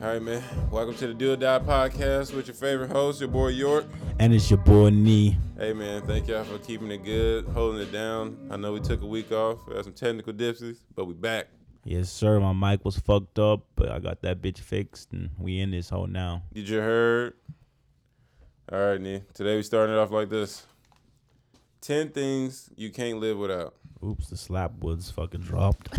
All right, man. Welcome to the Deal Die Podcast with your favorite host, your boy York. And it's your boy Nee. Hey, man. Thank y'all for keeping it good, holding it down. I know we took a week off. We had some technical difficulties, but we back. Yes, sir. My mic was fucked up, but I got that bitch fixed, and we in this hole now. Did you heard? All right, Nee. Today we starting it off like this. Ten things you can't live without. Oops, the slapwoods fucking dropped.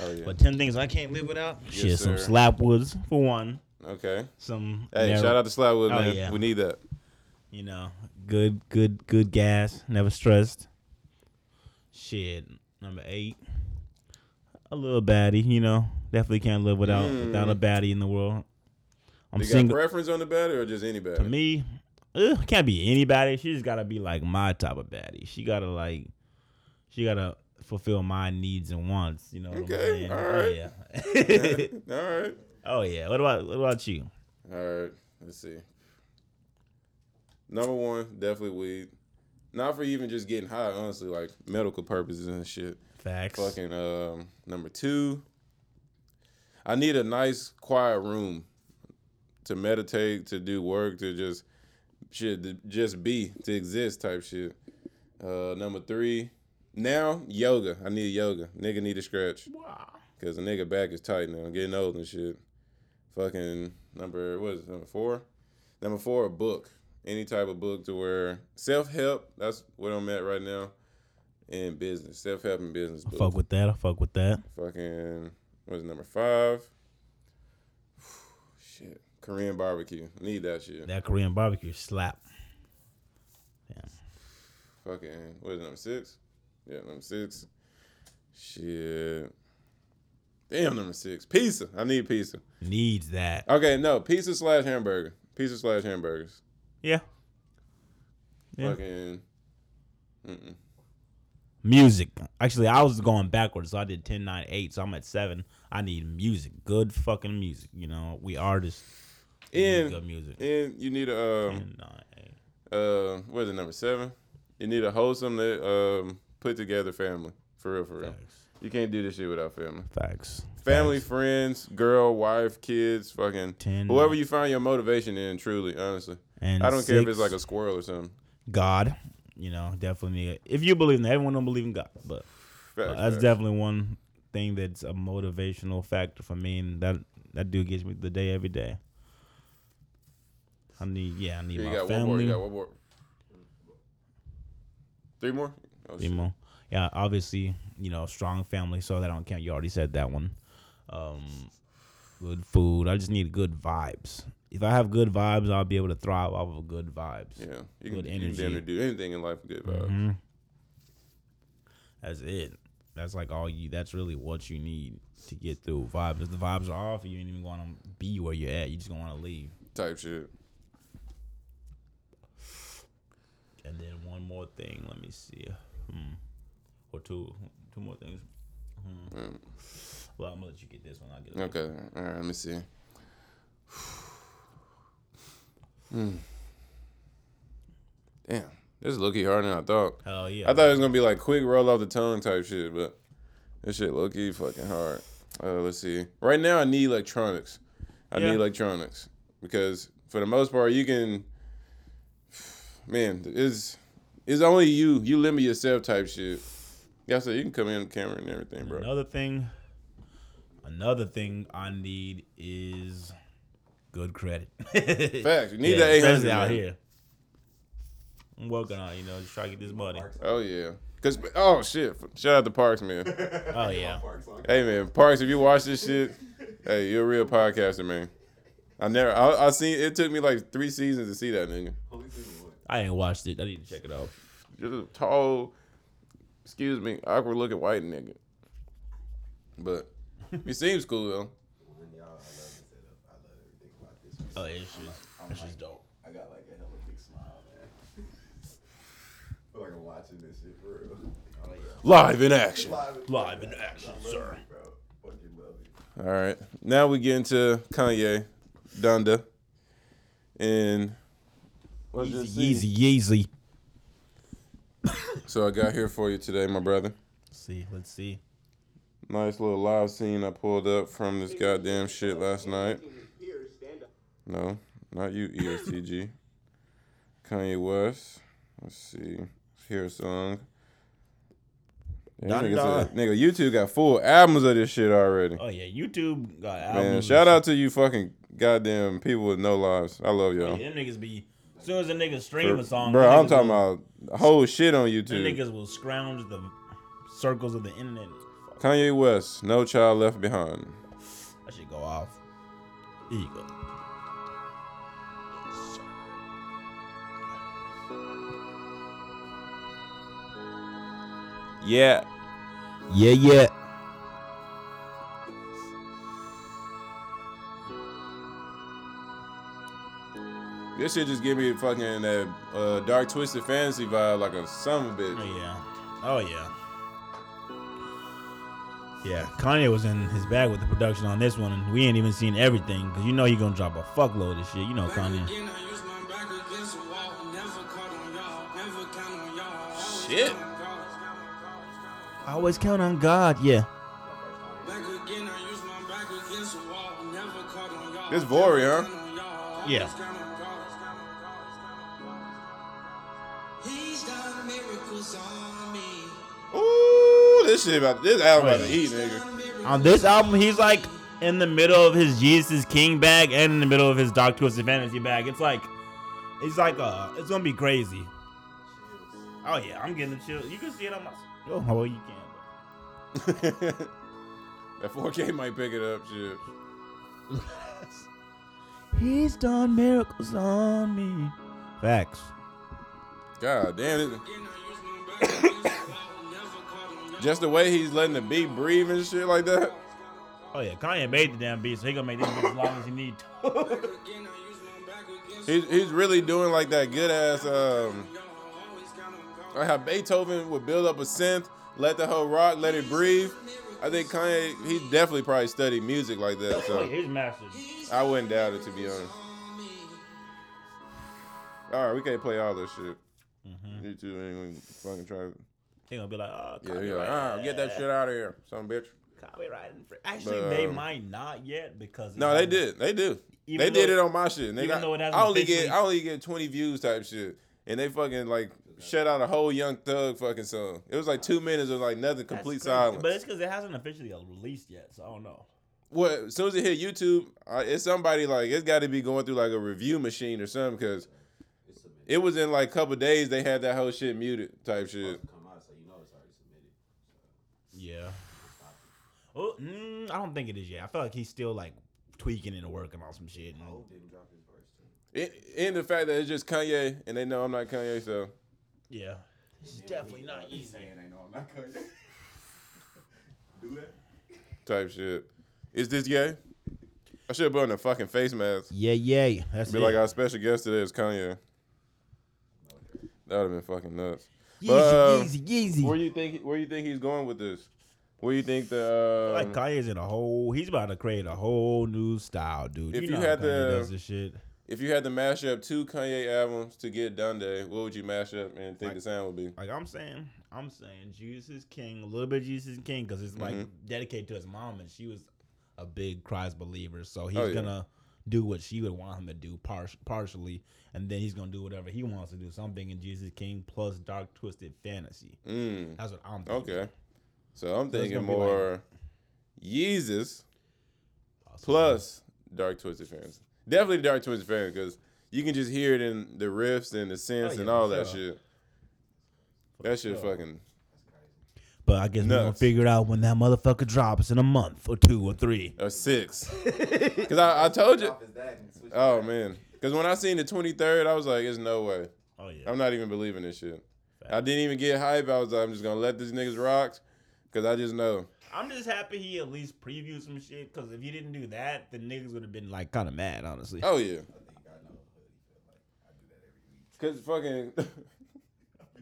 Oh yeah. but ten things I can't live without. Shit, Yes, some sir. slapwoods for one. Okay. Some Hey, never- shout out to Slywood, Oh, man. yeah. We need that. you know, good, good, good gas. Never stressed. Shit, number eight. A little baddie, you know. Definitely can't live without Mm. without a baddie in the world. I'm you single. got preference on the batter or just any batter? to me, ugh, can't be anybody. She just gotta be like my type of baddie. She gotta like, she gotta fulfill my needs and wants. You know what Okay, I'm saying? alright. Oh All yeah. right. oh yeah. What about what about you? All right. Let's see. Number one, definitely weed. Not for even just getting high, honestly, like medical purposes and shit. Facts. Fucking um, number two. I need a nice quiet room to meditate, to do work, to just shit, to just be, to exist type shit. Uh, number three. Now yoga. I need yoga. Nigga need a scratch. Wow. Cause the nigga back is tight now, getting old and shit. Fucking number what is it, number four? Number four, a book. Any type of book to where self help, that's what I'm at right now. And business. Self help and business I books. fuck with that. I fuck with that. Fucking what is it, number five? shit. Korean barbecue. Need that shit. That Korean barbecue slap. Fucking what is it, number six? Yeah, number six. Shit. Damn number six. Pizza. I need pizza. Needs that. Okay, no pizza slash hamburger, pizza slash hamburgers. Yeah. Yeah. Fucking. Mm-mm. Music. Actually, I was going backwards, so I did 10, 9, 8, so I'm at 7. I need music. Good fucking music. You know, we artists. we need And good music. and you need a um, 10, 9, 8. uh what is it number seven? You need a wholesome um put together family for real for real. Facts. You can't do this shit without family. Facts. Family, friends, girl, wife, kids, fucking Ten. whoever you find your motivation in. Truly, honestly, And I don't care if six, it's like a squirrel or something. God. You know, definitely. If you believe in that, everyone don't believe in God, but Facts, that's facts. definitely one thing that's a motivational factor for me, and that that dude gives me the day every day. I need, yeah, I need Here, you my got one more. family. You got one more. Three more. Oh, shit. Demo. Yeah, obviously, you know, strong family, so that don't count. You already said that one. Um, good food. I just need good vibes. If I have good vibes, I'll be able to thrive off of good vibes. Yeah, you can, Good you can damn energy. near do anything in life with good vibes. Mhm. That's it. That's like all you. That's really what you need to get through vibes. If the vibes are off, you ain't even going to be where you're at. You just gonna want to leave. type shit. And then one more thing. Let me see. Hmm. Or two, two more things. Hmm. Mm, Well, I'm gonna let you get this one. I'll get it. Okay, all right. Let me see. Hmm. Damn, this is low key harder than I thought. Hell yeah. I thought it was gonna be like quick roll off the tongue type shit, but this shit low key fucking hard. Uh, let's see. Right now, I need electronics. I Yeah. need electronics because for the most part, you can. Man, is is only you. You limit yourself type shit. Yeah, so you can come in the camera and everything, bro. Another thing, another thing I need is good credit. Facts. You need Yeah, that eight hundred especially out here. I'm working on, it, you know, just try to get this money. Oh yeah. Cause oh shit. Shout out to Parks, man. Oh yeah, hey man, Parks, if you watch this shit, hey, you're a real podcaster, man. I never. I, I seen. It took me like three seasons to see that nigga. I ain't watched it. I need to check it out. Just a tall, excuse me, awkward looking white nigga. But he seems cool though. When y'all, I love this setup. I love everything about this. one. Oh, it's just, it's just dope. I got like a hella big smile, man. Feel like I'm watching this shit for real. Oh yeah. Live in action. All Live, Live in action, I love sir. it, bro. Fucking love it. right, now we get into Kanye, Donda, and let's just see. Yeezy, Yeezy. So I got here for you today, my brother. see, let's see. Nice little live scene I pulled up from this goddamn shit last night. No, not you, E ESTG. Kanye West. Let's see. Let's hear a song. Yeah, Dun nigga, dun. said- nigga, YouTube got full albums of this shit already. Oh yeah, YouTube got albums. Man, and shout shit. out to you fucking goddamn people with no lives. I love y'all. Yeah, them niggas be as soon as a nigga stream a song, Bro, them I'm niggas talking will- about whole shit on them YouTube. niggas will scrounge the circles of the internet. Kanye West, No Child Left Behind. That should go off. Here you go. Yeah. Yeah, yeah. This shit just give me a fucking that uh, dark twisted fantasy vibe like a son of a bitch. Oh yeah. Oh yeah. Yeah, Kanye was in his bag with the production on this one, and we ain't even seen everything because you know he gonna drop a fuckload of shit. You know Kanye. Again, I use my back against the wall. Never caught on y'all. Never count on y'all. Always Shit. count on God. I always count on God. Yeah. Back again, I use my back against the wall. Never caught on y'all. This Vori, huh? Never count on y'all. Always Yeah. count on God. He's done miracles on me. Ooh, this shit about this album about to Wait. eat, nigga. Done miracles On this album, he's like in the middle of his Jesus King bag and in the middle of his Dark Twisted Fantasy bag. It's like, it's like, uh, it's gonna be crazy. Oh yeah, I'm getting the chill. You can see it on my. Oh, well, you can. that 4K might pick it up, shit. He's done miracles on me. Facts. God damn it. Again, I use my back against the wall. Never caught on y'all. Just the way he's letting the beat breathe and shit like that. Oh yeah, Kanye made the damn beat, so he gonna make these beats as long as he need. to. Back again, I use my back against He's, the he's really doing like that good ass um wall. Always count on God. like how Beethoven would build up a synth, let the whole rock, let it breathe. I think Kanye he definitely probably studied music like that, oh, so yeah, he's mastered. I wouldn't doubt it to be honest. All right, we can't play all this shit. Mm-hmm. You two ain't gonna fucking try. He gonna be like, oh, Yeah, copyright. you're like, ah, get that shit out of here, son of a bitch. Copyright. infri- Actually, But, they um, might not yet because No, they did. They do. Even they did though- it on my shit. And they even got, though it hasn't I only get officially- I only get twenty views type shit, and they fucking like shut out a whole Young Thug fucking song. It was like two minutes of like nothing, That's complete crazy. silence. But it's because it hasn't officially released yet, so I don't know. well, as soon as it hit YouTube, I, it's somebody like it's got to be going through like a review machine or something because It's submitted. it was in like a couple days they had that whole shit muted type shit. It's come out, so you know it's already submitted. Yeah. Oh, mm, I don't think it is yet. I feel like he's still like tweaking and working on some shit. and- Hope didn't drop his verse too. It, and the fact that it's just Kanye and they know I'm not Kanye, so yeah. This is definitely not easy. Saying I know I'm not cutting. Do that. type shit. Is this gay? I should have put on a fucking face mask. Yeah, yeah. That's Be it. like uh, our special guest today is Kanye. That would have been fucking nuts. But, um, Yeezy, Yeezy, Where Yeezy. you think where you think he's going with this? Where you think the um, Like Kanye's in a whole. He's about to create a whole new style, dude. If you you know had had the- does this shit. if you had to mash up two Kanye albums to get Dunday, what would you mash up and think the sound would be? Like I'm saying, I'm saying, Jesus is King. A little bit of Jesus is King because it's like Mm-hmm. dedicated to his mom, and she was a big Christ believer. So he's Oh, yeah. gonna do what she would want him to do, par- partially, and then he's gonna do whatever he wants to do. Something in Jesus is King plus dark twisted fantasy. Mm, That's what I'm thinking. okay. So I'm So it's thinking gonna be like- more Yeezus Possibly. plus Dark Twisted Fans. Definitely Dark Twisted Fans because you can just hear it in the riffs and the synths Oh, yeah, and all for that sure. shit. That shit sure. fucking But I guess we're gonna Nuts. figure it out when that motherfucker drops in a month or two or three. a uh, six. Cause I, I told you. Drop is that and switch. Oh man, because when I seen the twenty third, I was like, "It's no way. Oh yeah. I'm not even believing this shit." I didn't even get hype. I was like, "I'm just gonna let these niggas rock," because I just know. I'm just happy he at least previewed some shit because if he didn't do that, the niggas would have been like kind of mad, honestly. Oh yeah, I think I know what he feel like. I do that every week. because fucking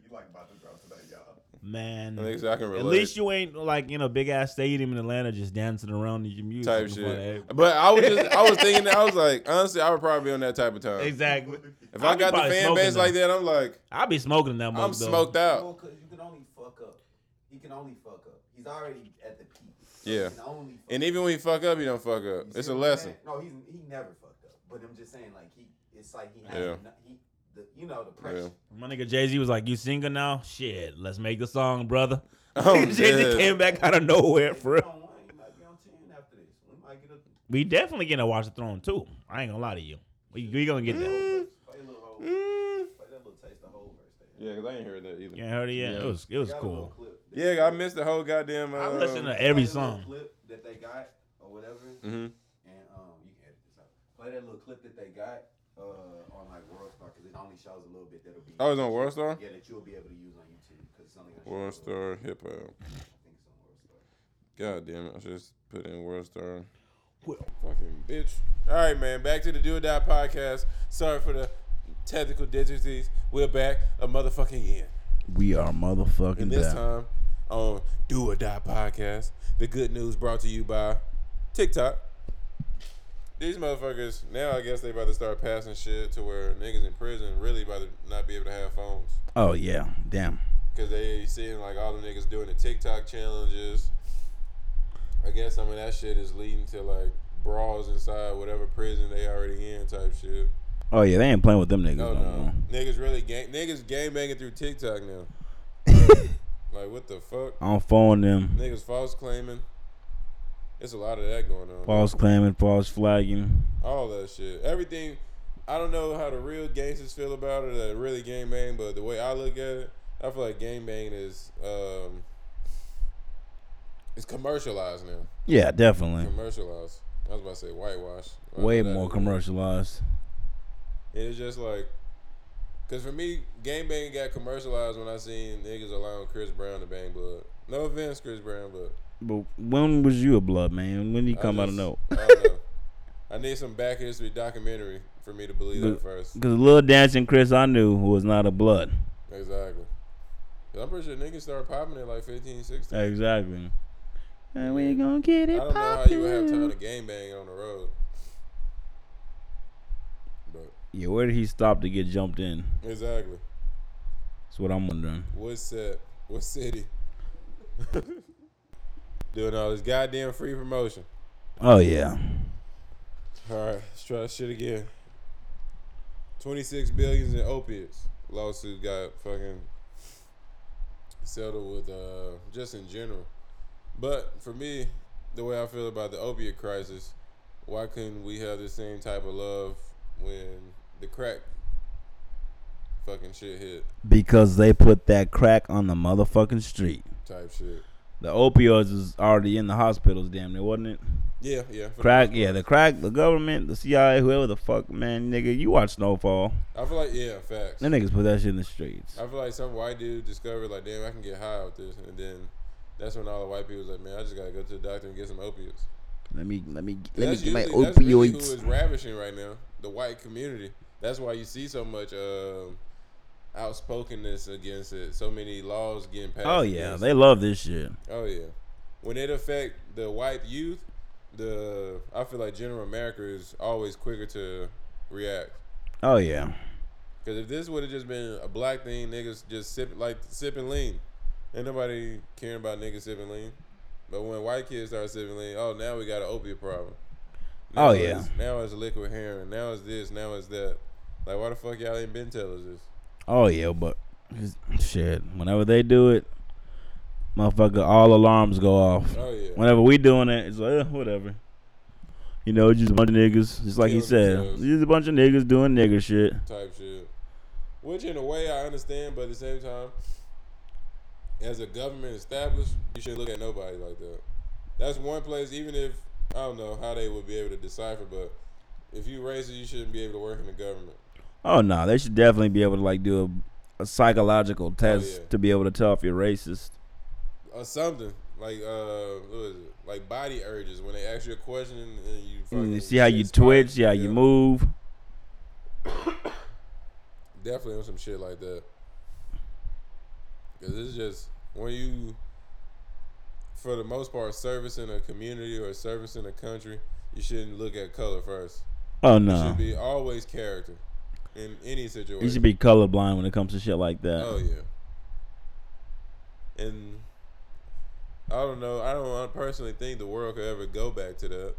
You like about to drop tonight, y'all. Man, niggas I can relate. at least you ain't like in a big ass stadium in Atlanta just dancing around to your music type in shit. front of everybody. But I was just, I was thinking, that, I was like, honestly, I would probably be on that type of time. Exactly. If I I'd be got the probably fan smoking base though. like that, I'm like, I'll be smoking that I'm month. though. smoked out. Well, 'cause you can only fuck up. He can only fuck up. He's already at the peak. Yeah. He can only fuck And up. even when you fuck up, you don't fuck You up. see It's a what I'm lesson. saying? No, he's he never fucked up. But I'm just saying, like he, it's like he, Yeah. has no, he, the, you know, the pressure. My nigga Jay Z was like, "You single now? Shit, let's make the song, brother." I'm Jay dead. Z came back out of nowhere If for we real. don't win, you might be on ten after this. We might get a We definitely gonna watch the throne too. I ain't gonna lie to you. We, we gonna get that. play a little whole, Mm. play that little taste the whole verse there. Yeah, cause I ain't heard that either. You ain't heard it yet? Yeah. It was it was Got a little cool. clip. Yeah, I missed the whole goddamn. Uh, I listened to Play every that little song. clip that they got or whatever, hmm and um, you can edit this out. Play that little clip that they got uh on like Worldstar because it only shows a little bit that'll be. I was on World Star. Yeah, that you'll be able to use on YouTube because it's only gonna show World a little- Star Hip Hop. I think it's on Worldstar. God damn it! I just put in World Star. Fucking bitch. All right, man. Back to the Do or Die podcast. Sorry for the technical difficulties. We're back a motherfucking year, We are motherfucking and this time on Do or Die podcast. The good news brought to you by TikTok. These motherfuckers now, I guess they about to start passing shit to where niggas in prison really about to not be able to have phones. Oh yeah, damn. Cause they seeing like all the niggas doing the TikTok challenges. I guess some of that shit is leading to like brawls inside whatever prison they already in type shit. Oh yeah, they ain't playing with them niggas No, no, niggas really gang niggas gang banging through TikTok now. like what the fuck? I'm phone them. Niggas false claiming. It's a lot of that going on. False claiming, false flagging. All that shit. Everything. I don't know how the real gangsters feel about it, that really game bang, but the way I look at it, I feel like game bang is um, it's commercialized now. Yeah, definitely. Commercialized. I was about to say whitewash. I Way know that more is- commercialized. And it's just like, cause for me, game bang got commercialized when I seen niggas allowing Chris Brown to bang blood. No offense, Chris Brown, but But when was you a blood man? When did you I come out of just- no? I don't know. I need some back history documentary for me to believe that But- first. Because Lil Dancing Chris I knew was not a blood. Exactly. 'Cause I'm pretty sure niggas started popping at like 15, 16. Exactly. And we gonna get I it don't know how you would have time poppin'. to game bang on the road. But Yeah, where did he stop to get jumped in? exactly. That's what I'm wondering. What set? What city? Doing all this goddamn free promotion. Oh yeah. Alright, let's try this shit again. 26 billions in opiates. Lawsuit got fucking settled with uh just in general. But for me, the way I feel about the opiate crisis, why couldn't we have the same type of love when the crack fucking shit hit Because they put that crack on the motherfucking street. type shit? The opioids was already in the hospitals, damn near, wasn't it? Yeah, yeah. for the Crack, most yeah, the crack, the government, the CIA, whoever the fuck, man, nigga, you watch Snowfall. part. I feel like yeah, facts. Them niggas put that shit in the streets. I feel like some white dude discovered like, damn, I can get high with this, and then that's when all the white people was like, man, I just gotta go to the doctor and get some opiates. Let me, let me, let me That's get my usually- that's really who opioids. is ravishing right now? The white community. That's why you see so much um, outspokenness against it. So many laws getting passed. Oh yeah, against they love this shit. Oh yeah, when it affect the white youth, the I feel like general America is always quicker to react. Oh yeah, Because if this would have just been a black thing, niggas just sip like sipping lean. Ain't nobody caring about niggas sipping lean. But when white kids start sipping lean, oh now we got an opiate problem. Now Oh, it's- yeah. Now it's liquid heroin. Now it's this. Now it's that. Like why the fuck y'all ain't been tell us this? oh yeah, but shit, whenever they do it, motherfucker, all alarms go off. Oh yeah. Whenever we doing it, it's like eh, whatever. You know, just a bunch of niggas, just like he Killing said, themselves. just a bunch of niggas doing nigger shit. type shit. Which in a way I understand, but at the same time, as a government established, you shouldn't look at nobody like that. That's one place, even if I don't know how they would be able to decipher, but if you racist, you shouldn't be able to work in the government. Oh no, they should definitely be able to like do a, a psychological test Oh, yeah. to be able to tell if you're racist. Or something. Like uh what is it? Like body urges. When they ask you a question and you And fucking Mm, you see how shit you spike. twitch, see how you Yeah. move. definitely on some shit like that. Cause it's just when you, for the most part, servicing a community or servicing a country, you shouldn't look at color first. Oh It no, should be always character in any situation. you should be colorblind when it comes to shit like that. Oh yeah. And I don't know. I don't personally think the world could ever go back to that.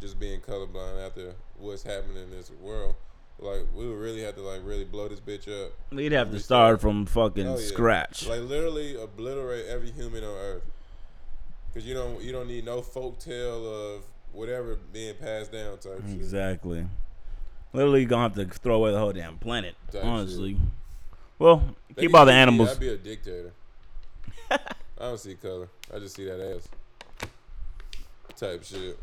just being colorblind after what's happening in this world. Like we would really have to like really blow this bitch up. We'd have to start from fucking Oh, yeah. scratch. Like literally obliterate every human on earth. Cause you don't you don't need no folk tale of whatever being passed down type shit. exactly. Literally, you're gonna have to throw away the whole damn planet. Type honestly. Well, They keep could all the just be- animals. I'd be a dictator. I don't see color. I just see that ass. Type shit.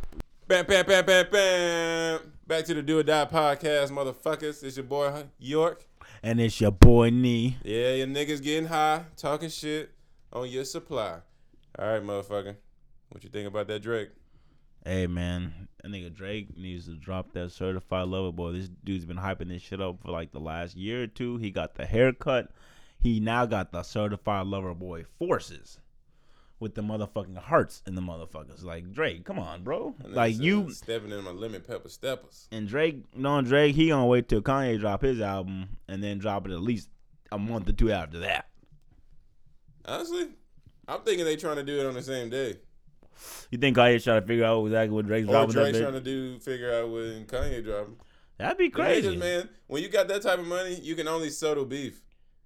Bam, bam, bam, bam, bam. Back to the Do or Die podcast, motherfuckers. It's your boy huh, York. And it's your boy Nee. Yeah, your niggas getting high, talking shit on your supply. All right, motherfucker. What you think about that Drake? Hey man, that nigga Drake needs to drop that certified lover boy. This dude's been hyping this shit up for like the last year or two. He got the haircut. He now got the certified lover boy forces with the motherfucking hearts in the motherfuckers. Like Drake, come on, bro. That nigga Like said, you stepping in my lemon pepper steppers. and Drake, knowing Drake, he gonna wait till Kanye drop his album and then drop it at least a month or two after that. Honestly, I'm thinking they trying to do it on the same day. You think Kanye trying to figure out exactly what Drake's Or dropping? that Oh, Drake bitch? trying to do figure out when Kanye dropping. That'd be The crazy. Niggas, man. When you got that type of money, you can only settle beef.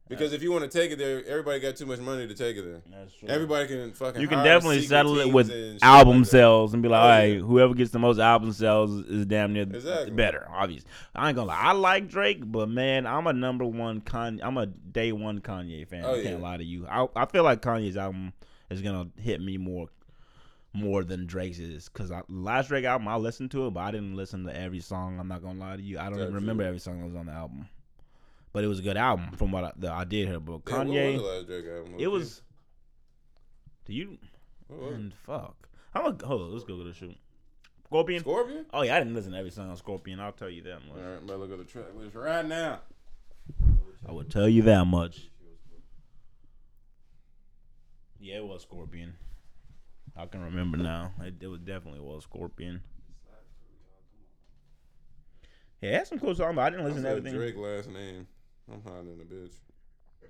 Because if you want to take it there, everybody got too much money to take it there. That's true. Everybody can fucking. you can hire definitely secret settle it teams with and shit album like that. sales and be like, Oh, all right, yeah. whoever gets the most album sales is damn near Exactly. better. Obviously, I ain't gonna lie. I like Drake, but man, I'm a number one Kanye. I'm a day one Kanye fan. Oh, I can't yeah. lie to you. I I feel like Kanye's album is gonna hit me more more than Drake's is because last Drake album I listened to it, but I didn't listen to every song. I'm not gonna lie to you. I don't even Absolutely. remember every song that was on the album, but it was a good album from what I, that I did hear. But Damn, Kanye, what was the last Drake album? it was. Do you? What was it? Man, fuck. I'm gonna hold on, let's go get a shoot. Scorpion. Scorpion. oh yeah, I didn't listen to every song on Scorpion. I'll tell you that much. All right, I'm about to look at the track list right now. I would tell you that much. Yeah, it was Scorpion. I can remember now. It, it was definitely was Scorpion. Yeah, it had some cool songs, but I didn't I listen to said everything. Drake last name. I'm hiding the bitch.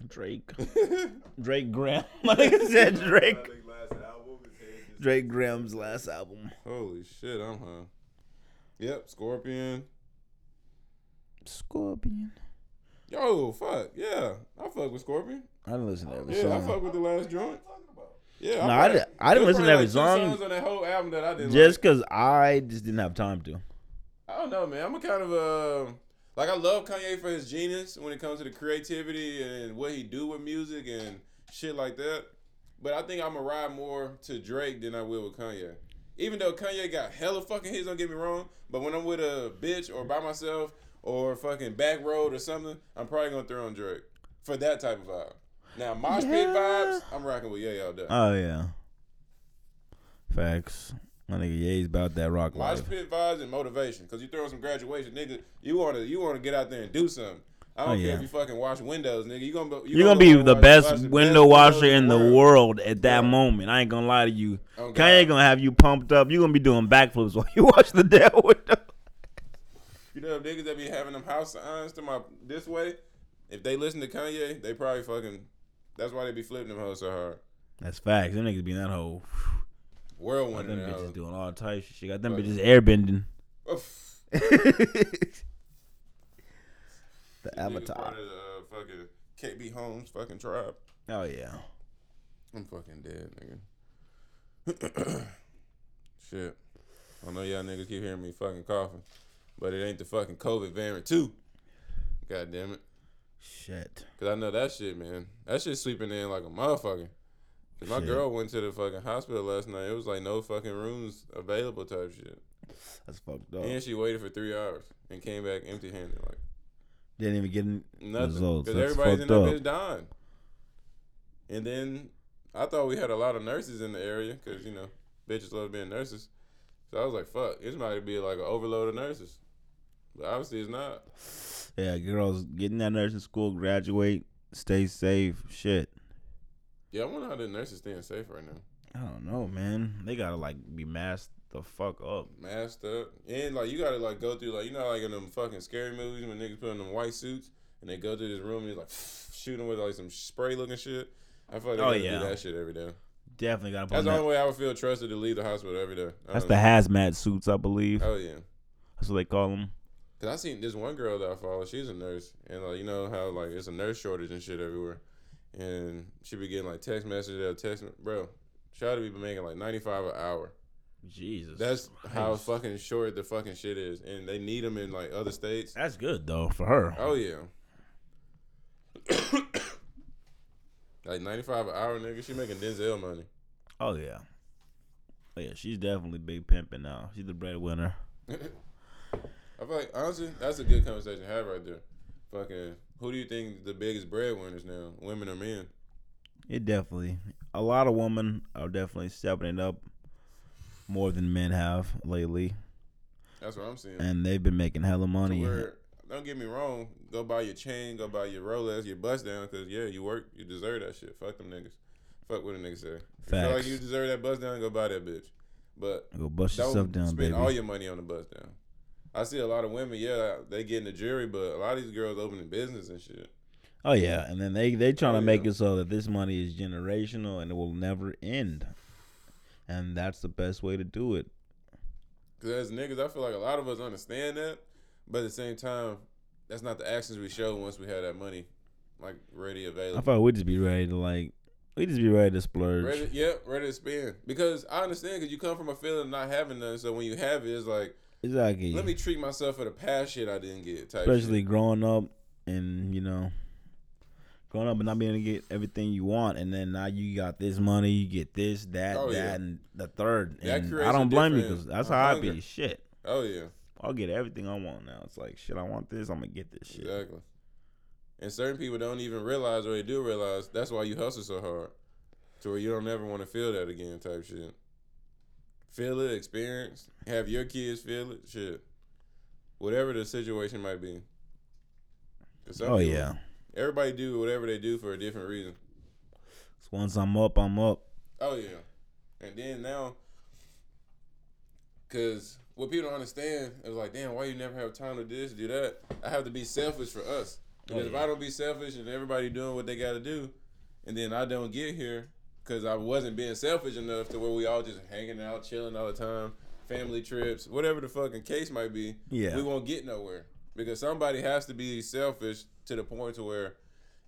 Drake, Drake Graham. Like I said, Drake, think last album is head just Drake Graham's last album. Holy shit, I'm high. Yep, Scorpion. Scorpion. Yo, fuck yeah, I fuck with Scorpion. I didn't listen to every Yeah, I song. fuck with the last joint. talking about. Yeah, No, I probably- di- I didn't there's listen to probably, every two song. Songs on that whole album that I didn't like. Just because I just didn't have time to. I don't know, man. I'm a kind of um like I love Kanye for his genius when it comes to the creativity and what he do with music and shit like that. But I think I'm gonna ride more to Drake than I will with Kanye. Even though Kanye got hella fucking hits, don't get me wrong. But when I'm with a bitch or by myself or fucking back road or something, I'm probably gonna throw on Drake for that type of vibe. Now mosh pit vibes, I'm rocking with Ye all day. Oh yeah. Facts. My nigga Ye's about that rock Mosh life. pit vibes and motivation. Cause you throwing some graduation, nigga. You wanna you wanna get out there and do something. I don't Oh, care yeah. if you fucking wash windows, nigga. You gonna be, you You're gonna be go the wash- wash best the window best washer in the world at that Yeah. moment. I ain't gonna lie to you. Oh, God. Kanye gonna have you pumped up. You gonna be doing backflips while you watch the damn window. You know niggas that be having them house signs to my this way. If they listen to Kanye, they probably fucking. That's why they be flipping them hoes so hard. That's facts. Them niggas be in that hole. Whirlwind Got in them that hoe. bitches doing all types of shit. Got them Fuck. bitches airbending. Oof. the Niggas avatar. part of the, uh, fucking KB Holmes fucking tribe. Oh yeah. I'm fucking dead, nigga. Shit. I know y'all niggas keep hearing me fucking coughing, but it ain't the fucking COVID variant too. God damn it. Shit. Cause I know that shit, man. That shit sleeping in like a motherfucker. 'Cause my Shit. girl went to the fucking hospital last night. It was like no fucking rooms available type shit. That's fucked up. And she waited for three hours and came back empty handed. Like Didn't even get in. nothing. Results. Because That's everybody's in fucked that bitch up. dying. And then I thought we had a lot of nurses in the area because, you know, bitches love being nurses. So I was like, fuck, this might be like an overload of nurses. But obviously it's not. Yeah, girls, get in that nursing school, graduate, stay safe. Shit. Yeah, I wonder how the nurses staying safe right now. I don't know, man. They gotta like be masked the fuck up. Masked up. And like, you gotta like go through, like, you know, like in them fucking scary movies when niggas put on them white suits and they go through this room and it's like shooting with like some spray looking shit. I feel like they Oh, gotta yeah. do that shit every day. definitely got to put That's on the that. only way I would feel trusted to leave the hospital every day. That's the hazmat suits, I believe. Oh yeah. That's what they call them. Cause I seen this one girl that I follow. She's a nurse, and like you know how like it's a nurse shortage and shit everywhere, and she be getting like text messages, they'll text me- bro. Try to be making like ninety five an hour. Jesus. That's how Christ. fucking short the fucking shit is, and they need them in like other states. That's good though for her. Oh yeah. like ninety five an hour, nigga. She making Denzel money. Oh yeah. Oh, yeah, she's definitely big pimping now. She's the breadwinner. I feel like honestly, that's a good conversation to have right there. Fucking, who do you think the biggest breadwinners now, women or men? It definitely. A lot of women are definitely stepping it up more than men have lately, That's what I'm seeing. and they've been making hella To money. where, don't get me wrong, go buy your chain, go buy your Rolex, your bust down, because yeah, you work, you deserve that shit. Fuck them niggas. Fuck what a nigga say. If you feel like Facts. you deserve that bust down, go buy that bitch. But Go bust yourself don't down, spend baby. all your money on the bust down. I see a lot of women, yeah, they get in the jury, but a lot of these girls opening business and shit. oh yeah, and then they they trying Oh, to make yeah. it so that this money is generational and it will never end, and that's the best way to do it. Because as niggas, I feel like a lot of us understand that, but at the same time, that's not the actions we show once we have that money, like ready I available. thought we'd just be ready to like, we just be ready to splurge. Ready, yep, ready to spend. Because I understand, because you come from a feeling of not having none, so when you have it, it's like, Exactly. let me treat myself for the past shit I didn't get. Type especially shit. growing up and you know growing up and not being able to get everything you want and then now you got this money you get this that Oh, that yeah. and the third That and creates i a don't blame you different because that's how i hunger. be shit Oh yeah, i'll get everything i want now it's like shit i want this i'm gonna get this shit Oh, exactly. And certain people don't even realize, or they do realize, that's why you hustle so hard, to where you don't ever want to feel that again. Type shit. Feel it, experience, have your kids feel it, shit. Whatever the situation might be. 'Cause some oh people- yeah Everybody do whatever they do for a different reason. 'Cause once i'm up i'm up Oh yeah, and then now, cause what people don't understand is like, damn, why you never have time to do this, do that? I have to be selfish for us. Oh, Because if I don't be selfish and everybody doing what they got to do, and then I don't get here because I wasn't being selfish enough to where we all just hanging out, chilling all the time, family trips, whatever the fucking case might be. Yeah. we won't get nowhere because somebody has to be selfish to the point to where.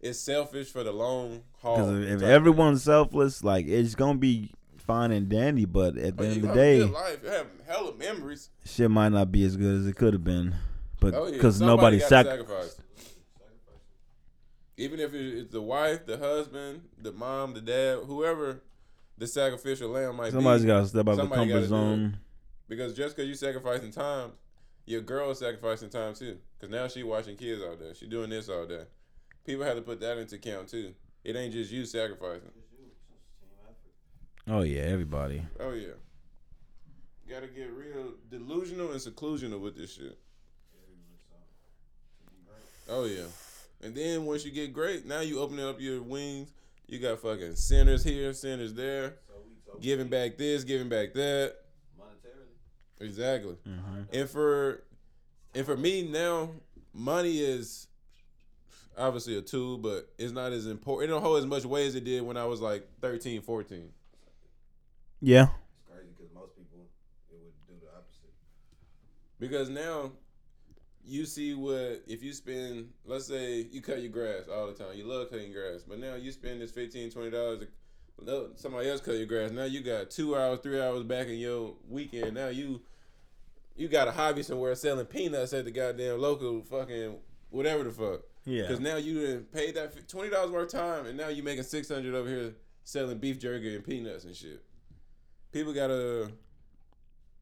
It's selfish for the long haul. because if, if type thing. everyone's selfless like it's gonna be fine and dandy but at the Oh, end you of the have a good day life. You have hella memories. shit might not be as good as it could have been but Oh yeah, because somebody nobody got sac- sacrificed. Even if it- it's the wife, the husband, the mom, the dad, whoever the sacrificial lamb might somebody's be, got to step out of the somebody gotta do comfort it. zone because just because you sacrificing time, your girl is sacrificing time too. Because now she watching kids all day, she doing this all day. People have to put that into count too. It ain't just you sacrificing. Oh yeah, everybody. Oh yeah, gotta get real delusional and seclusional with this shit. Oh yeah, and then once you get great, now you opening up your wings. You got fucking sinners here, sinners there, So we so giving back this, giving back that. monetarily. Exactly. And for and for me now, money is obviously a tool, but it's not as important. It don't hold as much weight as it did when I was like 13, 14. Yeah. It's crazy because most people it would do the opposite. Because now you see what if you spend let's say you cut your grass all the time. You love cutting grass, but now you spend this 15 dollars no, somebody else cut your grass. Now you got two hours, three hours back in your weekend. Now you you got a hobby somewhere selling peanuts at the goddamn local fucking whatever the fuck. Yeah. Because now you done paid that fi- twenty dollars worth of time, and now you making six hundred over here selling beef jerky and peanuts and shit. People gotta,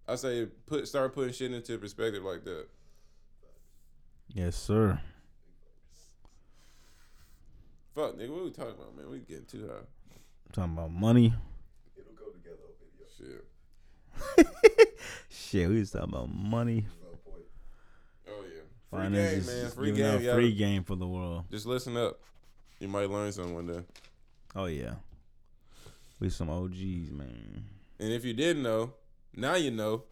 I say, put start putting shit into perspective like that. Yes, sir. Fuck, nigga, what we talking about, man? We getting too high. talking about money. It'll go together over video. Shit. Shit, we was talking about money. No point. Oh yeah. Free Finances, game, man. just Free giving out game, y'all. Free game for the world. Just listen up. You might learn something one day. Oh yeah. We some OGs, man. And if you didn't know, now you know,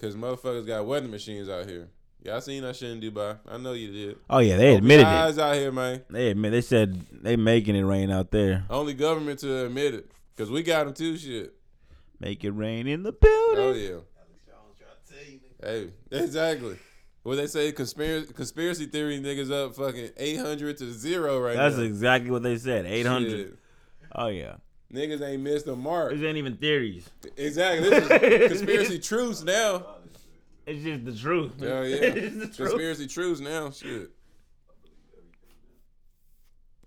cause motherfuckers got weather machines out here. Y'all seen that shit in Dubai? I know you did. Oh yeah, they admitted it. Guys out here, man. They admit they said they making it rain out there. Only government to admit it. Cause we got him too. Shit. Make it rain in the building. Oh yeah. Alex Jones trying to tell you, nigga. Hey, exactly. What they say, conspiracy conspiracy theory niggas up fucking eight hundred to zero right That's now. exactly what they said. Eight hundred. Oh yeah. Shit. Niggas ain't missed a mark. These ain't even theories. Exactly. This is conspiracy truths now. It's just the truth. Hell Oh, yeah. it's the truth. Conspiracy truths now. Shit.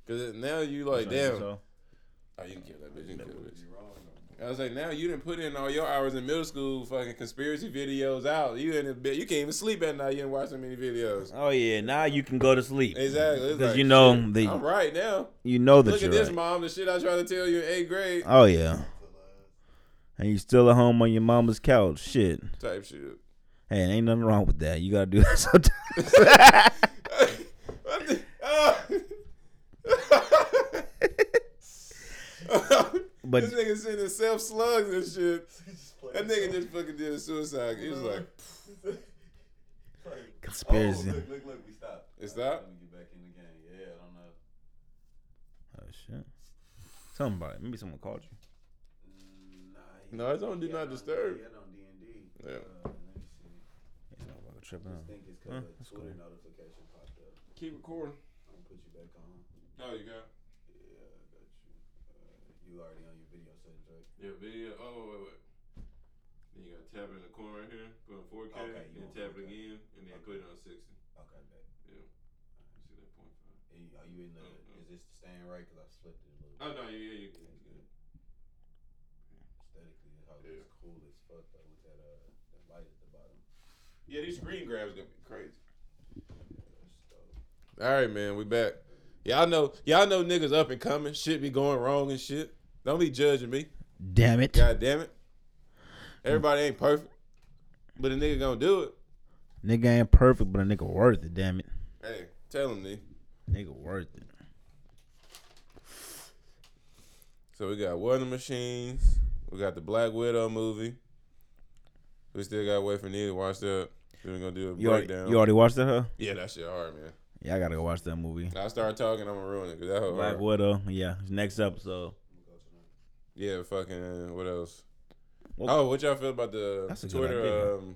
Cause it- now you like damn. So, Oh, you can kill that bitch. You can kill that bitch. I was like, now you didn't put in all your hours in middle school, fucking conspiracy videos out. You in the bed, you can't even sleep at night. You didn't watch so many videos. oh yeah. Now you can go to sleep Exactly. It's because like, you know shit, the I'm right now. you know that Look you're at this, right. mom. The shit I tried to tell you in eighth grade Oh yeah. And you still at home on your mama's couch. Shit. type shit. Hey, ain't nothing wrong with that. You gotta do that sometimes. What the- oh. But- this nigga sending self slugs and shit. Just play That nigga just fucking did a suicide. He was like, Like, Conspiracy. Oh, look, look, look, we stopped. It Alright, stopped? Let me get back in the game. Yeah, I don't know. Oh shit. Somebody, maybe someone called you. Mm, Nah, he- "No, it's on Do he Not had Disturb." He had on D&D. Yeah. Uh, let me see. Ain't no fucking trip, Just no. think it's Huh, because that's Twitter cool. notification popped up. Keep recording. I'm gonna put you back on. Oh, you got Yeah, I got you. Uh, you already on your video settings, right? your video. Oh, wait, wait. Then you gotta tap it in the corner right here, put it on 4K, Okay, you then want tap it 4K. again, and then put it on 60. Okay, bet. Yeah. See that point five. And you- Are you in the? Mhm. Is this staying right? Cause I flipped it a little. Oh no, yeah, yeah, you can. That's good. Aesthetically, it Yeah. looks cool as fuck though with that uh that light at the bottom. Yeah, these screen grabs gonna be crazy. Yeah, that's dope. All right, man, we back. Y'all know, y'all know niggas up and coming. Shit be going wrong and shit. Don't be judging me. Damn it. God damn it. Everybody ain't perfect, but a nigga gonna do it. Nigga ain't perfect, but a nigga worth it, damn it. Hey, tell him, nigga. Nigga worth it. So we got War of the Machines. We got the Black Widow movie. We still got to wait for Nia to watch that. We're gonna do a You already, breakdown. you already watched that, huh? yeah, that shit hard, man. Yeah, I gotta go watch that movie. I start talking, I'm gonna ruin it. Cause that whole Black Widow, yeah. it's Next episode. Yeah, fucking. What else? Well- oh, what y'all feel about the That's a good Twitter? idea. Um,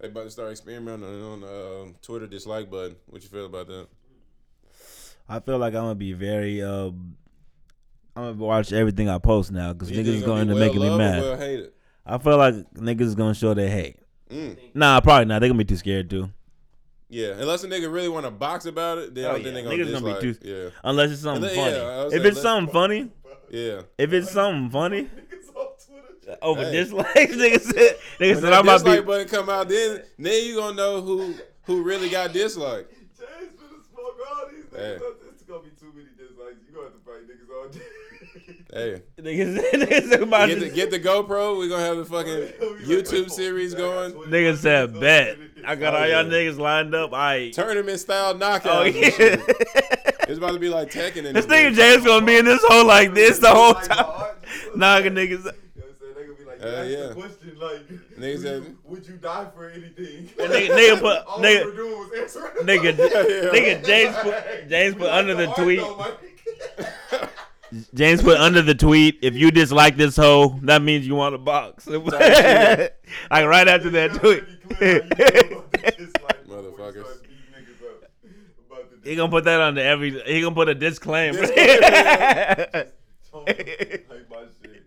they about to start experimenting on the um, Twitter dislike button. What you feel about that? I feel like I'm gonna be very um I'm gonna watch everything I post now because You think niggas it's gonna going be to well make me loved or mad. Well hated. I feel like niggas gonna show their hate. Mm. Nah, probably not. They gonna be too scared too. Yeah, unless a nigga really want to box about it, then I Oh, think yeah. they gonna Niggas gonna dislike. be yeah, Unless it's something Unless- funny. yeah, I was if like, it's let's- something funny, yeah. if it's something funny, Niggas on Twitter. oh, but Hey. dislikes, nigga said, nigga When said that I'm about dislike to be. button come out, then then you gonna know who who really got disliked. James finna smoke all these Hey. niggas. up. It's gonna be too many dislikes. You gonna have to fight niggas all day. Hey, Nigga said, nigga said, I'm about get to- the, get the GoPro. We are gonna have the fucking YouTube series going. Nigga said, bet. I got all y'all Oh, yeah. niggas lined up. I. Tournament style knockout. Oh, yeah. It's about to be like Tekken. In this the nigga James gonna be in this hole like this the whole time. Nah, You know niggas. what I'm saying? They gonna be like, Uh, you asked yeah. the question, like, Niggas would, you, said- would you die for anything? And nigga- nigga put- all nigga- we were doing was answering. Nigga, Yeah. nigga, James put, James We put like under the art, tweet. though, Mike. James put under the tweet. If you dislike this hoe, that means you want a box. like right after that tweet, Motherfuckers. he gonna put that under every. He gonna put a disclaimer. Disclaimer. Hey, my shit.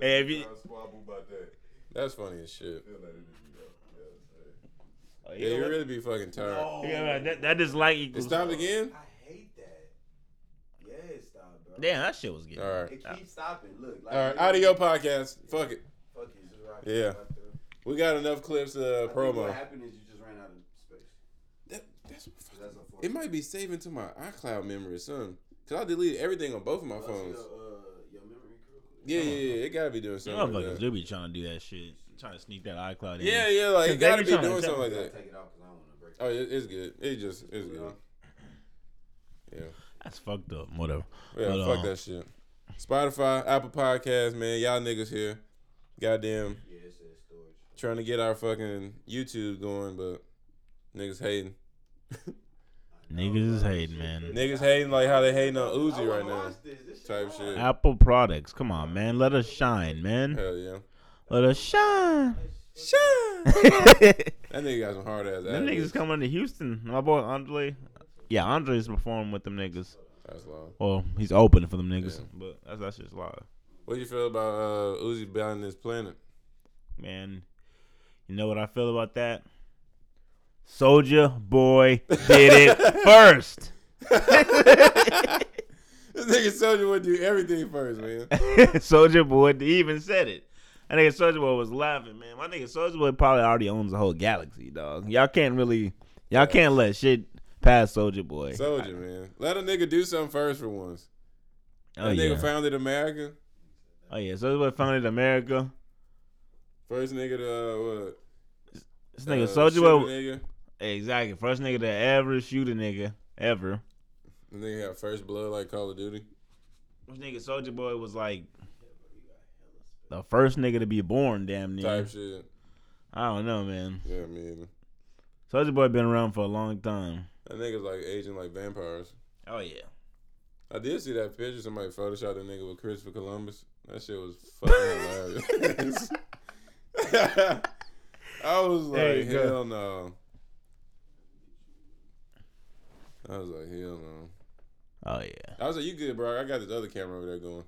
Hey, if you- I'll squabble about that. That's funny as shit. Feel that energy, Oh, though. Yeah, that's it. Yeah, you really be fucking tired. Yeah, that, that dislike It equals. stopped again. I hate that. Yeah, it stopped, bro. Damn, that shit was good. All right, It keeps stopping. Look. Like, all right. Out of your podcast. Fuck it. Fuck it. Just rock Yeah. Rock through. We got enough clips I uh, think What promo. happened is you just ran out of space. That, that's, So that's unfortunate. it might be saving to my iCloud memory or something. Cause I deleted everything on both of my Plus phones. Your, uh, your memory real quick. Yeah, yeah, yeah. It gotta be doing You something. motherfuckers Like do that. be trying to do that shit, trying to sneak that iCloud in. Yeah, yeah. Like Cause it they gotta be be trying to doing tell something like I gotta that. take it off because I don't want to break. Oh, it, it's good. It just, it's good. that's fucked up. Whatever. Yeah, But, fuck uh, that shit. Spotify, Apple Podcasts, man. Y'all niggas here. Goddamn, Yeah, it says storage. trying to get our fucking YouTube going, but niggas hating. I Niggas is hating, man. Niggas hating like how they hating on Uzi right wanna now. watch this. This shit Type hard. shit. Apple products, come on, man. Let us shine, man. Hell yeah. Let us shine. That nigga got some hard ass. Them niggas coming to Houston. My boy Andre. Yeah, Andre's performing with them niggas. That's long. Or he's opening for them niggas. Yeah. But that's that's just live. What do you feel about uh, Uzi buying this planet? Man, you know what I feel about that? Soldier boy did it first. This nigga Soldier would do everything first, man. Soldier boy he even said it. That nigga Soldier boy was laughing, man. My nigga Soldier boy probably already owns the whole galaxy, dog. Y'all can't really, y'all can't let shit pass Soldier boy. Soldier, man. Let a nigga do something first for once. oh That nigga yeah, founded America. oh yeah. Soldier boy founded America. First nigga to uh, what? This nigga uh, Soldier shoot boy. a Nigga. Exactly. First nigga to ever shoot a nigga ever. The nigga got first blood like Call of Duty. This nigga Soldier Boy was like the first nigga to be born, damn near. Type shit. I don't know, man. Yeah, man. Soldier Boy been around for a long time. That nigga's like aging like vampires. Oh yeah. I did see that picture. Somebody photoshopped that nigga with Christopher Columbus. That shit was fucking hilarious. I was There like, you go. hell no. I was like, hell no. Oh yeah. I was like, you good, bro? I got this other camera over there going.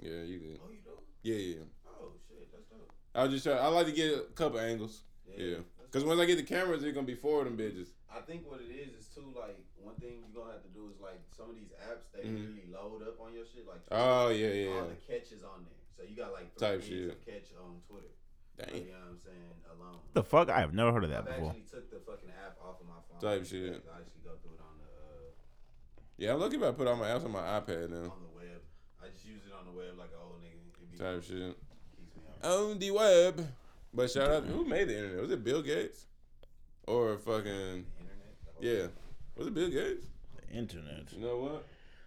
Yeah, you good? Oh, you Yeah, yeah. Oh shit, that's dope. I was just trying. I like to get a couple angles. Yeah. Cause once I get the cameras, they're gonna be four of them bitches. I think what it is is too like one thing you're gonna have to do is like some of these apps they Mhm. really load up on your shit like Oh yeah, yeah. all the catches on there. So you got like Type three minutes shit. of catch on Twitter. yeah. You Dang. know what I'm saying? Alone. The fuck? I have never heard of that I've before. actually took the fucking app off of my phone. Type because shit. I actually go through it on the uh, Yeah, I'm lucky if I put all my apps on my iPad now. on the web. I just use it on the web like an old nigga. It be Type shit. keeps me on. on the web. But shout out who made the internet? Was it Bill Gates? Or fucking the internet. the whole- yeah. Was it Bill Gates? Internet. You know what?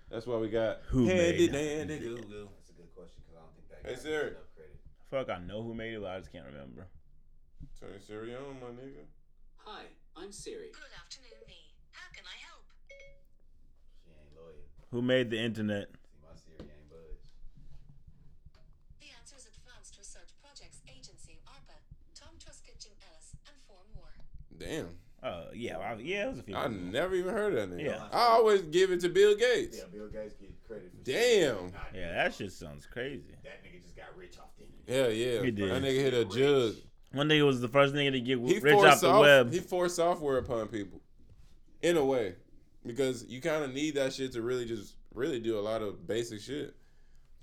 That's why we got Who made dandy Google. That's a good question because I don't think that. Hey, got Siri. Enough credit. Fuck, I know who made it, but I just can't remember. Turn Siri on, my nigga. Hi, I'm Siri. Good afternoon, me. How can I help? She ain't loyal. Who made the internet? See, my Siri ain't budge. The answers Advanced Research Projects Agency, ARPA, Tom Truscott, Jim Ellis, and four more. Damn. Oh yeah, I, yeah, it was a few. I never even heard of that nigga. Yeah. I always give it to Bill Gates. Yeah, Bill Gates get credit for shit. Damn. Nah, yeah, that shit sounds crazy. That nigga just got rich off the internet. Hell yeah. He did. That nigga hit a jug. One nigga was the first nigga to get He rich forced off the soft- web. He forced software upon people. In a way. Because you kinda need that shit to really just really do a lot of basic shit.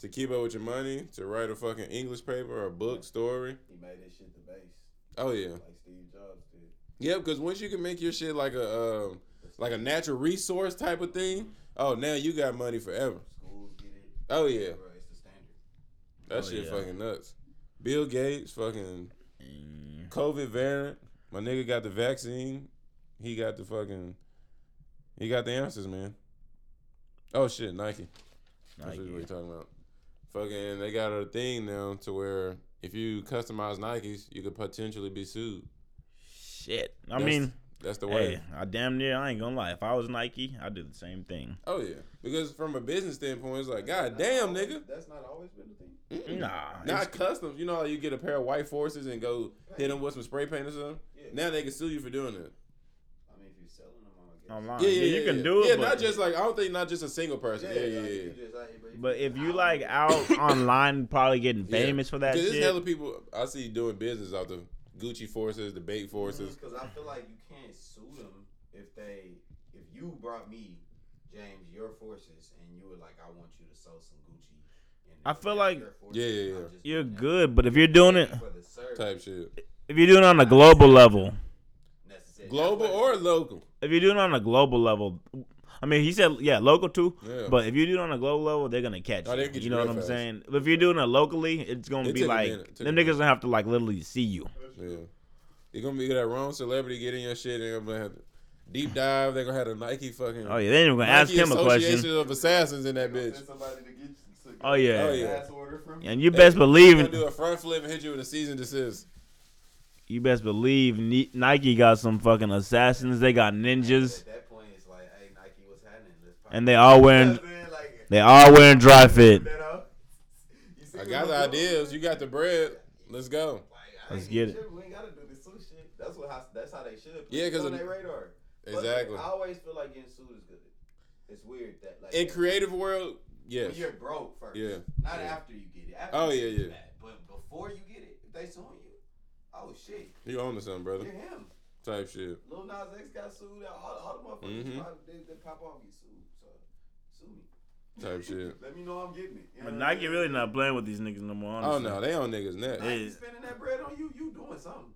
To keep up with your money, to write a fucking English paper or a book story. He made his shit the base, Oh yeah. like Steve Jobs did. Yeah, because once you can make your shit like a um, like a natural resource type of thing, oh now you got money forever. Schools get it. Oh yeah. Bro, it's the standard. That Oh, shit yeah. fucking nuts. Bill Gates, fucking Mm, COVID variant. My nigga got the vaccine. He got the fucking. He got the answers, man. Oh shit, Nike. That's what Nike. we're talking about. Fucking, they got a thing now to where if you customize Nikes, you could potentially be sued. Shit. I That's- mean, that's the way. hey, I damn near I ain't gonna lie. If I was Nike, I'd do the same thing. Oh yeah, because from a business standpoint, it's like, god damn, nigga, That's not always been the thing. Mm-mm. Nah, not customs. You know how you get a pair of white forces and go hit them with some spray paint or something. Yeah. Now they can sue you for doing that. I mean, if you're selling them, I guess. online. Yeah, yeah, yeah, you can yeah. do it. Yeah, but, not just like I don't think not just a single person. Yeah, yeah, like, yeah. you just out here, bro, you But can- if you like out online, probably getting Yeah. famous for that Because there's hella shit. people I see doing business out the Gucci forces, the bait forces. Because I feel like you can't sue them if they, if you brought me, James, your forces, and you were like, I want you to sew some Gucci. And I feel like- your forces, Yeah, yeah, yeah. I'm just You're doing that good, but if you're doing it, For the service, type shit. if you're doing it on a global level, necessary. Global That's why- or local. if you're doing it on a global level, I mean, he said yeah, local too. Yeah. But if you do it on a global level, they're gonna catch Oh, you. they'll get you you know real what I'm fast. saying? But if you're doing it locally, it's gonna It be took a like minute, it took a them minute. niggas gonna have to like literally see you. Yeah. You're gonna be that wrong celebrity getting your shit and they're gonna have to deep dive, they're gonna have a Nike fucking Oh yeah, then you're gonna ask Nike him a question. Association of assassins in that Send bitch. somebody to get you to- Oh yeah. Oh, yeah. Ass order from you. And you best believe Gonna do a front flip and hit you with a season desist. you best believe Ni- Nike got some fucking assassins. They got ninjas. At that point, it's like, and they all wearing saying? Like, they all wearing dry fit. you know? You see I what got I'm the doing? ideas. You got the bread. Let's go. Like, I Let's ain't get even tripping. We ain't gotta do this suit shit. That's what how, that's how they should. Yeah, 'cause It's on it- their radar. But, like, Exactly. I always feel like getting sued is good. It's weird that like In that- creative world, when yes. you're broke first. Yeah. Not Yeah. after you get it. After Oh, you yeah, get yeah. that. But before you get it, if they suing you, oh shit, You own to something, brother. you're him. Type shit. Lil Nas X got sued. All, all the motherfuckers Mhm. probably- they, they pop off get sued. So sue me. Type shit. Let me know I'm getting it. You But know what I Nike mean? really not playing with these niggas no more. Oh Honestly. no, they on niggas Nike neck. Yeah. spending that bread on you. You doing something,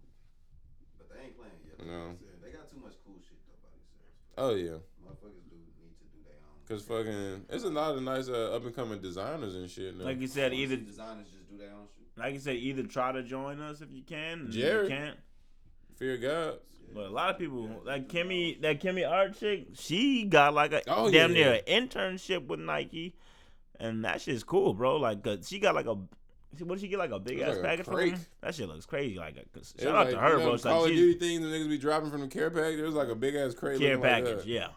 but they ain't playing yet. like No. I said. They got too much cool shit though. By themselves. Oh yeah, Motherfuckers do need to do their own. cause fucking, it's a lot of nice uh, up and coming designers and shit. Now. Like Like you said, Honestly, either designers just do their own shit. like you said, either try to join us if you can. and if Jared. you can't. fear God. But a lot of people, like Kimmy, that Kimmy Art chick, she got like a Oh, damn yeah, near an internship with Nike, and that shit's cool, bro. Like, 'cause she got like a, she- what did she get like a big Looks ass like a package from? crate. her? That shit looks crazy. Like, a- 'cause- It shout was out to like, her, you know, bro. It's Call like of she's Duty things the niggas be dropping from the care package. It was like a big ass crate. care looking like package, that. yeah.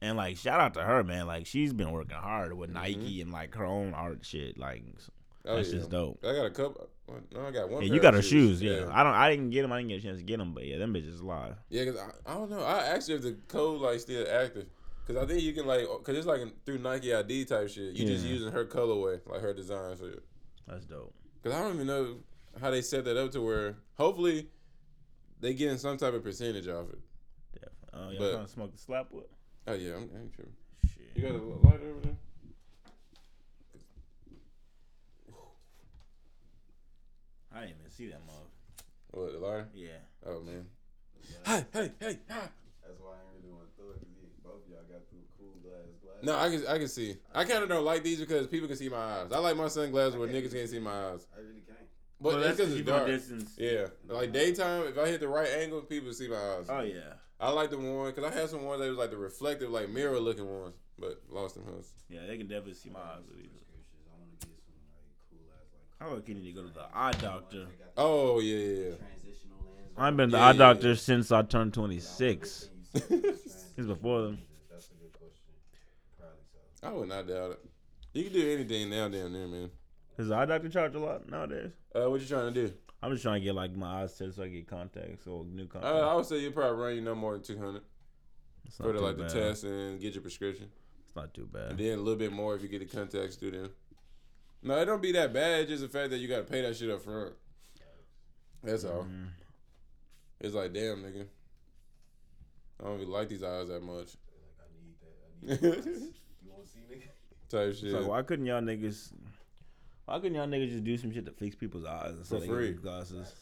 And like, shout out to her, man. Like, she's been working hard with Nike and like her own art shit. Like, Mm-hmm. Oh, that's yeah. just dope. I got a couple. No, I got one. pair Yeah, you of got her shoes, yeah. yeah. I don't, I didn't get them. I didn't get a chance to get them, but yeah, them bitches live. Yeah, cause I, I don't know. I actually if the code like still active, cause I think you can like, cause it's like through Nike ID type shit. You just Yeah. using her colorway, like her design for it. That's dope. Cause I don't even know how they set that up to where hopefully they getting some type of percentage off it. Yeah. Uh, y'all But- trying to smoke the slap with? Oh yeah, I'm, I'm tripping. Shit. You got a lighter over there? I didn't even see that mug. What the lighter? Yeah. Oh man. Hey, hey, hey! ah. That's why I ain't really want to throw it because both of y'all got through cool glass glass. No, I can, I can see. I kind of don't like these because people can see my eyes. I like my sunglasses where niggas can't see my eyes. I really can't. But that's because it's keeping my dark. distance. Yeah, like daytime. If I hit the right angle, people see my eyes. Oh yeah, I like the one because I had some ones that was like the reflective, like mirror looking ones, but lost them hoods. yeah, they can definitely see my eyes with these. Prescriptions. I want to get some like cool ass like. I look you need to go to the eye doctor. They got the Oh yeah, yeah, yeah. transitional lens. I've been to Yeah, eye yeah, doctor yeah. since I turned 26. It's before them. That's a good question. Probably so. I would not doubt it. You can do anything now, down there, man. Does the eye doctor charge a lot nowadays? Uh, what you trying to do? I'm just trying to get like my eyes tested so I get contacts or new Uh, I contacts. would say you probably run you no more than two hundred It's not for the, too like the bad. test and get your prescription, It's not too and bad. then a little bit more if you get the contacts through them. No, it don't be that bad. It's just the fact that you got to pay that shit up front. That's all. Mhm. It's like damn, nigga. I don't even like these eyes that much. Like I need that. I need that. you want to see nigga? Type shit. It's like, why couldn't y'all niggas? Why couldn't y'all niggas just do some shit to fix people's eyes instead of free. free. glasses?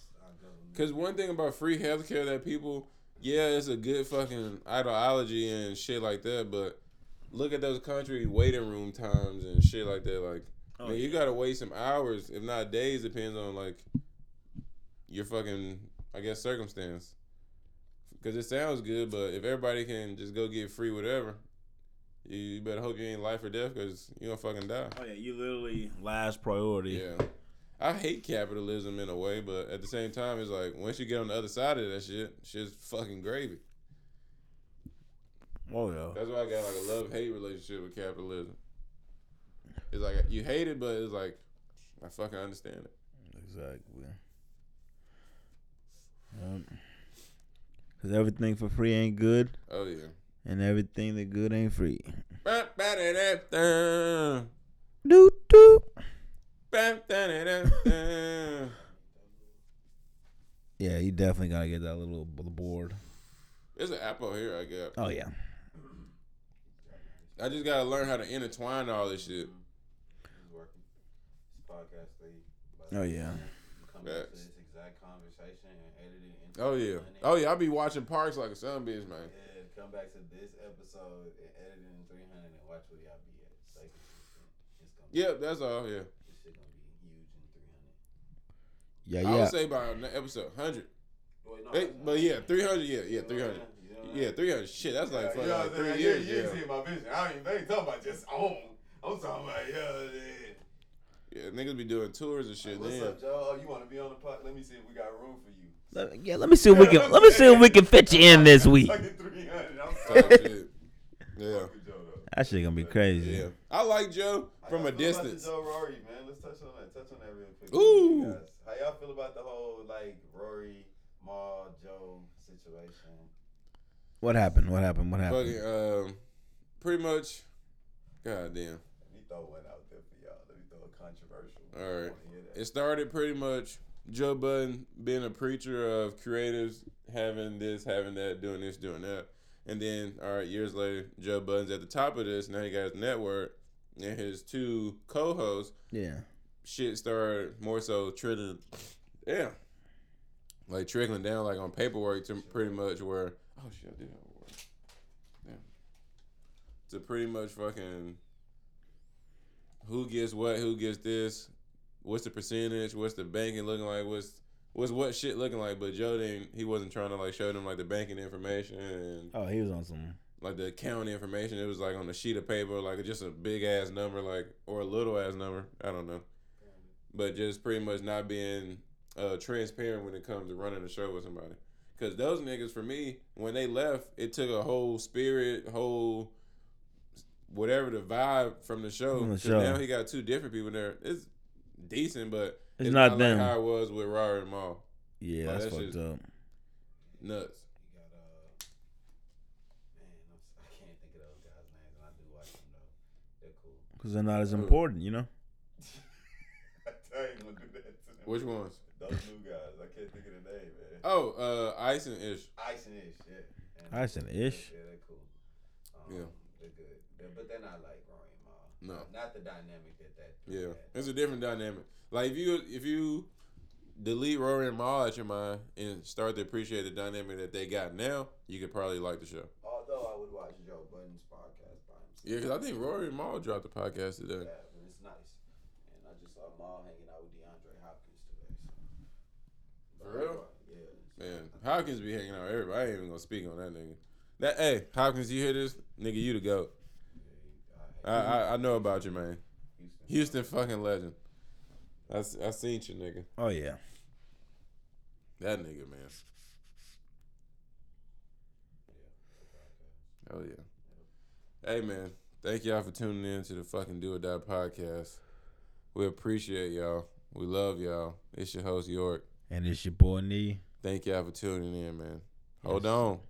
Because one thing about free healthcare that people, yeah, it's a good fucking ideology and shit like that, but look at those country waiting room times and shit like that. Like, Oh, man, you gotta wait some hours, if not days, depends on like your fucking, I guess, circumstance. Because it sounds good, but if everybody can just go get free whatever, you, you better hope you ain't life or death because you gonna fucking die. Oh yeah, you literally last priority. Yeah. I hate capitalism in a way, but at the same time, it's like once you get on the other side of that shit, shit's fucking gravy. Oh yeah. That's why I got like a love hate relationship with capitalism. It's like you hate it, but it's like I fucking understand it. Exactly. Cause everything for free ain't good, Oh yeah. and everything that good ain't free. Ba-ba-da-da-da. Doot doot. Ba-da-da-da-da. Yeah, you definitely gotta get that little b- board. There's an apple here I got. Oh yeah. I just gotta learn how to intertwine all this shit. He's working. This podcast league. Oh yeah. Come back to Facts. this exact conversation and edit it. into Oh yeah. one Oh yeah. I be watching Parks like a son bitch, man. Yeah, come back to this episode and edit it in 300 and watch where y'all be at. It's Like, it's gonna be, Yep, that's all. Yeah. this shit gonna be huge in 300. Yeah I yeah. would say by episode 100. Well, no, They, that's- but yeah, 300, yeah, yeah, you know what I'm 300. saying? You know what I'm Yeah, 300. saying? Shit, that's like fucking you know like what I'm saying? three You- years. You ain't Yeah. seen my vision. I don't even think talking about just on. I'm talking about, yeah, yeah. yeah, niggas be doing tours and shit What's then. up, Joe? Oh, you want to be on the pod? Let me see if we got room for you. Let, yeah. Let me see if we can. Let me see if we can fit you in this week. Fucking 300. I'm sorry. Type shit. Yeah. Fuck with Joe, though. That shit gonna be crazy. Yeah, I like Joe from How a y'all feel about distance. the Joe Rory, man. Let's touch on that. Touch on that real quick. Ooh. Guys, How y'all feel about the whole like Rory, Ma, Joe situation? What happened? What happened? What happened? Fucking, um, pretty much. God damn. Let me throw one out there for y'all. Let me throw a controversial. one. All right. I wanna hear that. It started pretty much Joe Budden being a preacher of creatives having this, having that, doing this, doing that. And then, all right, years later, Joe Budden's at the top of this. Now he got his network and his two co hosts. Yeah. Shit started more so trickling, yeah, like trickling down, like on paperwork to pretty much where, oh shit, I did have a word. Damn. To pretty much fucking who gets what, who gets this, what's the percentage, what's the banking looking like, what's what's what shit looking like. But Joe didn't he wasn't trying to like show them like the banking information and Oh, he was on some. like the account information. It was like on a sheet of paper, like just a big ass number, like or a little ass number. I don't know. But just pretty much not being uh, transparent when it comes to running a show with somebody. Cause those niggas, for me, when they left, it took a whole spirit, whole whatever the vibe from the show. From the 'Cause show. now he got two different people there. It's decent, but It's not them. Like how it was with Robert and Maul. Yeah, Oh, that's that fucked shit's- up. Nuts. You got uh, man, I'm, s- I can't think of those guys' names, and I do watch them though. They're cool. Cause they're Oh. not as important, you know. I tell you, gonna do that to them. Which ones? Those new guys. I can't think of the name, man. Oh, uh, Ice and Ish. Ice and ish, yeah. And- Ice and Ish. Yeah, they're cool. Um, Yeah. They're good. They're, but they're not like Rory and Ma. No. Not the dynamic that that. Yeah, that- it's a different dynamic. Like if you if you delete Rory and Maul out your mind and start to appreciate the dynamic that they got now, you could probably like the show. Although I would watch Joe Budden's podcast by himself. Yeah, because I think Rory and Maul dropped the podcast today. Yeah, but it's nice. And I just saw Ma hanging out with DeAndre Hopkins today. So. For real? Yeah. so Man, I think- Hopkins be hanging out with everybody. I ain't even gonna speak on that nigga. That hey Hopkins, you hear this nigga? You the goat. I I, I know about you, man. Houston fucking legend. I, s- I seen you, nigga. Oh yeah. That nigga, man. Oh yeah. Hey man, thank y'all for tuning in to the fucking Do or Die podcast. We appreciate y'all. We love y'all. It's your host York. And it's your boy Nee. Thank y'all for tuning in, man. Hold on.